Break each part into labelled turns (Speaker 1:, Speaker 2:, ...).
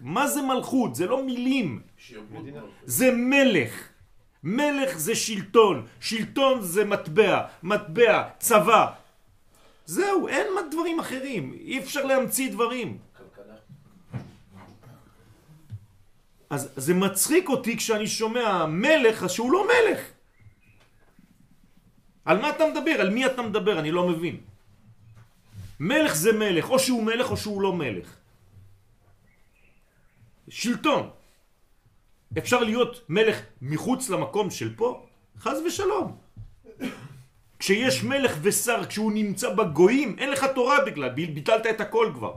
Speaker 1: מה זה מלכות? זה לא מילים,
Speaker 2: שיעבוד
Speaker 3: מדינה.
Speaker 2: מלכות.
Speaker 1: זה מלך. מלך זה שלטון, שלטון זה מטבע, מטבע, צבא. זהו, אין מה דברים אחרים, אי אפשר להמציא דברים.
Speaker 2: כלכלה.
Speaker 1: אז זה מצחיק אותי כשאני שומע מלך, אז שהוא לא מלך. על מה אתה מדבר? על מי אתה מדבר? אני לא מבין. מלך זה מלך, או שהוא מלך או שהוא לא מלך. שלטון. אפשר להיות מלך מחוץ למקום של פה? חז ושלום. כשיש מלך ושר, כשהוא נמצא בגויים, אין לך תורה בכלל, ביטלת את הכל כבר.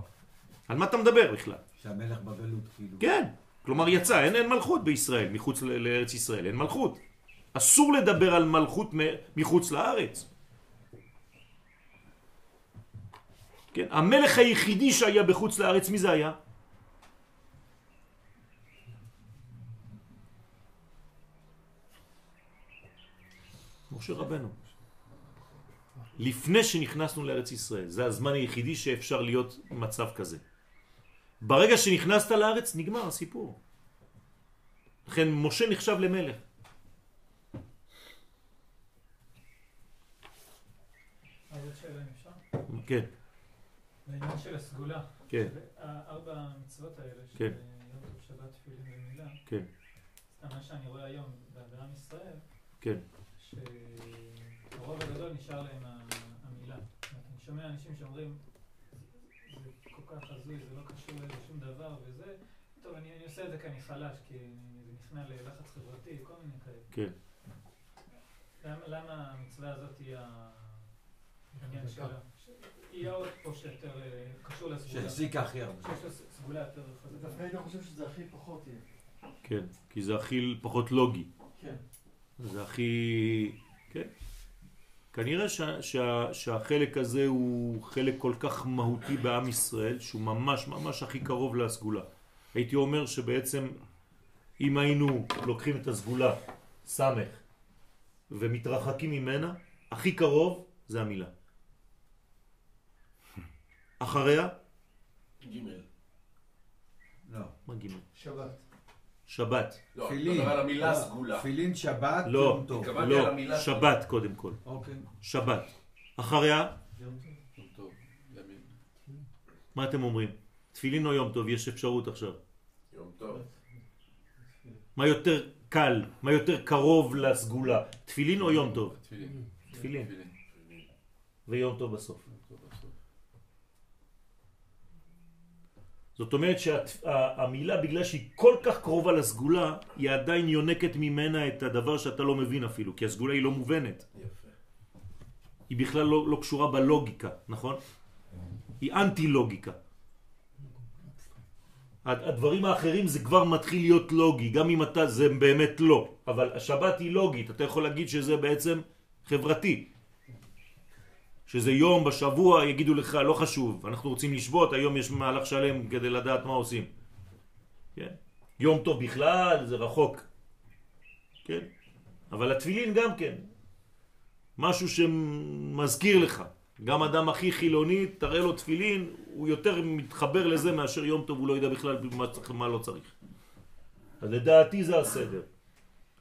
Speaker 1: על מה אתה מדבר בכלל?
Speaker 4: שהמלך בגלות, כאילו.
Speaker 1: כן, כלומר יצא, אין, אין מלכות בישראל, מחוץ ל- לארץ ישראל, אין מלכות. אסור לדבר על מלכות מ- מחוץ לארץ. כן, המלך היחידי שהיה בחוץ לארץ, מי זה היה? משה רבנו. לפני שנכנסנו לארץ ישראל, זה הזמן היחידי שאפשר להיות מצב כזה. ברגע שנכנסת לארץ, נגמר הסיפור. לכן משה נחשב למלך.
Speaker 5: אז עוד שאלה אם אפשר?
Speaker 1: כן,
Speaker 5: בעניין של הסגולה.
Speaker 1: כן,
Speaker 5: ארבע המצוות האלה, שזה
Speaker 1: כן.
Speaker 5: יום טוב שבת, תפילין ומילה,
Speaker 1: כן,
Speaker 5: סתם מה שאני רואה היום בעם ישראל,
Speaker 1: כן.
Speaker 5: שהרוב הגדול נשאר להם ה- המילה. זאת אומרת, אני שומע אנשים שאומרים, "זה- זה כל כך הזוי, זה לא קשור לשום דבר וזה, טוב, אני אני עושה את זה כי אני חלש, כי אני זה נכנע ללחץ חברתי, כל מיני כאלה.
Speaker 1: כן.
Speaker 5: למה- למה המצווה הזאת היא העניין שלה? ש- היא האות פה שיותר אה, קשור לסגולה.
Speaker 4: שהחזיקה הכי הרבה.
Speaker 5: שיש לו ס- סגולה יותר
Speaker 3: דווקא
Speaker 5: חזקה.
Speaker 3: הייתי חושב שזה הכי פחות יהיה.
Speaker 1: כן, כי זה הכי פחות לוגי.
Speaker 3: כן.
Speaker 1: זה הכי... כן. כנראה שה, שה, שהחלק הזה הוא חלק כל כך מהותי בעם ישראל, שהוא ממש ממש הכי קרוב לסגולה. הייתי אומר שבעצם אם היינו לוקחים את הסגולה, סמך, ומתרחקים ממנה, הכי קרוב זה המילה. אחריה,
Speaker 2: גימל.
Speaker 4: לא.
Speaker 1: מה גימל?
Speaker 3: שבת.
Speaker 1: שבת.
Speaker 2: לא, אני
Speaker 4: תפילין.
Speaker 2: מדבר על המילה
Speaker 4: לא.
Speaker 2: סגולה.
Speaker 4: תפילין שבת,
Speaker 1: לא.
Speaker 4: יום טוב.
Speaker 2: התכוונתי על
Speaker 1: לא,
Speaker 2: המילה-
Speaker 1: שבת קודם כל.
Speaker 4: אוקיי.
Speaker 1: שבת. אחריה,
Speaker 2: טוב, ימין.
Speaker 1: מה אתם אומרים? תפילין או יום טוב, יש אפשרות עכשיו.
Speaker 2: יום טוב.
Speaker 1: מה יותר קל, מה יותר קרוב לסגולה, תפילין או יום טוב?
Speaker 6: תפילין.
Speaker 1: תפילין.
Speaker 6: תפילין.
Speaker 1: ויום טוב בסוף.
Speaker 6: טוב, בסוף.
Speaker 1: זאת אומרת שהמילה, בגלל שהיא כל כך קרובה לסגולה, היא עדיין יונקת ממנה את הדבר שאתה לא מבין אפילו, כי הסגולה היא לא מובנת.
Speaker 2: יפה.
Speaker 1: היא בכלל לא, לא קשורה בלוגיקה, נכון? היא אנטי-לוגיקה. הד- הדברים האחרים זה כבר מתחיל להיות לוגי, גם אם אתה, זה באמת לא. אבל השבת היא לוגית, אתה יכול להגיד שזה בעצם חברתי. שזה יום בשבוע, יגידו לך, לא חשוב, אנחנו רוצים לשבות, היום יש מהלך שלם כדי לדעת מה עושים. כן? יום טוב בכלל, זה רחוק. כן? אבל התפילין גם כן, משהו שמזכיר לך. גם אדם הכי חילוני, תראה לו תפילין, הוא יותר מתחבר לזה מאשר יום טוב, הוא לא ידע בכלל מה, צריך, מה לא צריך. אז לדעתי זה הסדר.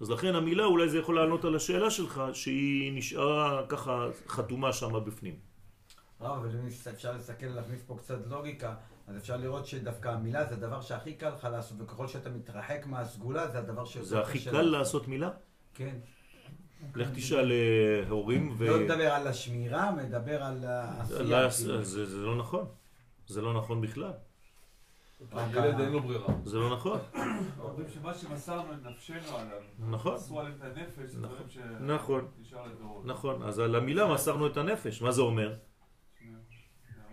Speaker 1: אז לכן המילה, אולי זה יכול לענות על השאלה שלך, שהיא נשארה ככה חתומה שם בפנים.
Speaker 4: רב, אבל אם אפשר לסכן להכניס פה קצת לוגיקה, אז אפשר לראות שדווקא המילה זה הדבר שהכי קל לך לעשות, וככל שאתה מתרחק מהסגולה, זה הדבר שיותר
Speaker 1: זה הכי
Speaker 4: קשה
Speaker 1: קל לעשות מילה?
Speaker 4: כן.
Speaker 1: לך תשאל אה, הורים ו...
Speaker 4: לא מדבר על השמירה, מדבר על
Speaker 1: לא,
Speaker 4: העשייה. כאילו.
Speaker 1: זה זה לא נכון. זה לא נכון בכלל.
Speaker 4: רק
Speaker 6: ילד אין לו ברירה.
Speaker 1: זה לא נכון.
Speaker 7: אומרים שמה שמסרנו את נפשנו עליו,
Speaker 1: נכון.
Speaker 7: אסרו עליהם את הנפש, זה
Speaker 1: נכון.
Speaker 7: דברים
Speaker 1: נכון.
Speaker 7: שנשאר לדורות.
Speaker 1: נכון, אז על המילה מסרנו את הנפש, מה זה אומר?
Speaker 7: כן,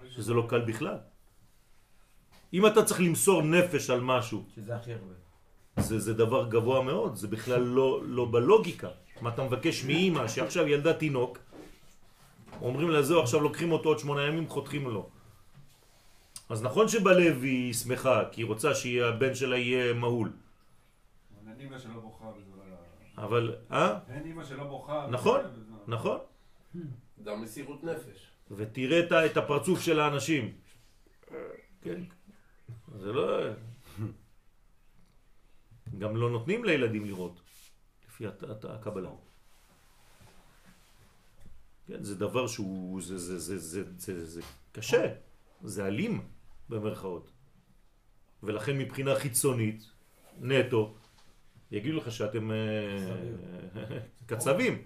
Speaker 1: שזה לא קל בכלל. אם אתה צריך למסור נפש על משהו,
Speaker 4: שזה הכי הרבה.
Speaker 1: זה, זה דבר גבוה מאוד, זה בכלל לא, לא בלוגיקה. מה אתה מבקש מאימא שעכשיו ילדה תינוק, אומרים לה זהו, עכשיו לוקחים אותו עוד שמונה ימים, חותכים לו. אז נכון שבלב היא שמחה, כי היא רוצה שהבן שלה יהיה מהול,
Speaker 7: אבל אין אימא שלא בוכה בזמן ה-
Speaker 1: אבל, אה?
Speaker 7: אין אימא שלא בוכה. לא
Speaker 1: נכון,
Speaker 7: בזמן ה-
Speaker 1: נכון.
Speaker 2: גם מסירות נפש.
Speaker 1: ותראה את ה- את הפרצוף של האנשים. כן. זה לא... גם לא נותנים לילדים לראות, לפי הת- הת- הקבלה. כן, זה דבר שהוא, זה, זה, זה, זה, זה, זה קשה, זה אלים במרכאות. ולכן מבחינה חיצונית, נטו, יגידו לך שאתם אה, קצבים,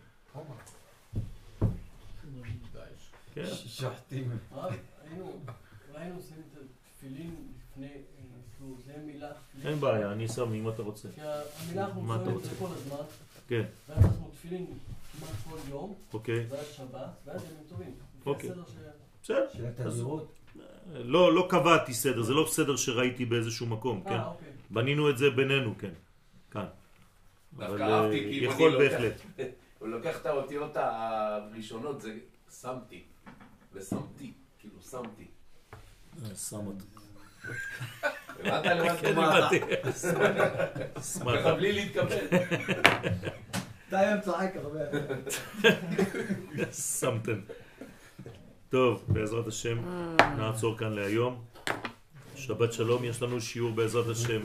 Speaker 1: כן,
Speaker 4: שוחטים.
Speaker 3: הרב, היינו, אולי היינו שמים את התפילין לפני, אה, כאילו, זה מילה תפילין.
Speaker 1: אין בעיה, אני שם אם אתה רוצה,
Speaker 3: כי המילה אנחנו
Speaker 1: מה אתה
Speaker 3: שמים את
Speaker 1: רוצה?
Speaker 3: זה כל הזמן,
Speaker 1: כן,
Speaker 3: ואז אנחנו תפילין כמעט כל יום,
Speaker 1: אוקיי,
Speaker 3: ואז שבת, ואז ימים טובים. לפי
Speaker 1: אוקיי.
Speaker 3: הסדר ש-
Speaker 1: בסדר.
Speaker 4: של התדירות.
Speaker 1: לא, לא קבעתי סדר, זה לא סדר שראיתי באיזשהו מקום, כן.
Speaker 3: אה, אוקיי.
Speaker 1: בנינו את זה בינינו, כן, כאן.
Speaker 2: דווקא
Speaker 1: אבל,
Speaker 2: אהבתי,
Speaker 1: אה,
Speaker 2: כי אם
Speaker 1: יכול
Speaker 2: אני לא לוקח-
Speaker 1: בהחלט.
Speaker 2: הוא לוקח את האותיות הראשונות, זה שמתי ושמתי, כאילו שמתי.
Speaker 1: אה, שם אותו.
Speaker 2: הבנת למה
Speaker 1: כן, הבנתי. שמאלה.
Speaker 2: ככה בלי להתקבל.
Speaker 4: אתה היום צוחק הרבה.
Speaker 1: שמתם. טוב, בעזרת השם, נעצור כאן להיום. שבת שלום, יש לנו שיעור בעזרת השם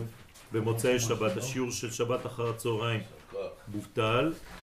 Speaker 1: במוצאי שבת, השיעור של שבת אחר הצהריים
Speaker 2: יישר כוח.
Speaker 1: בוטל.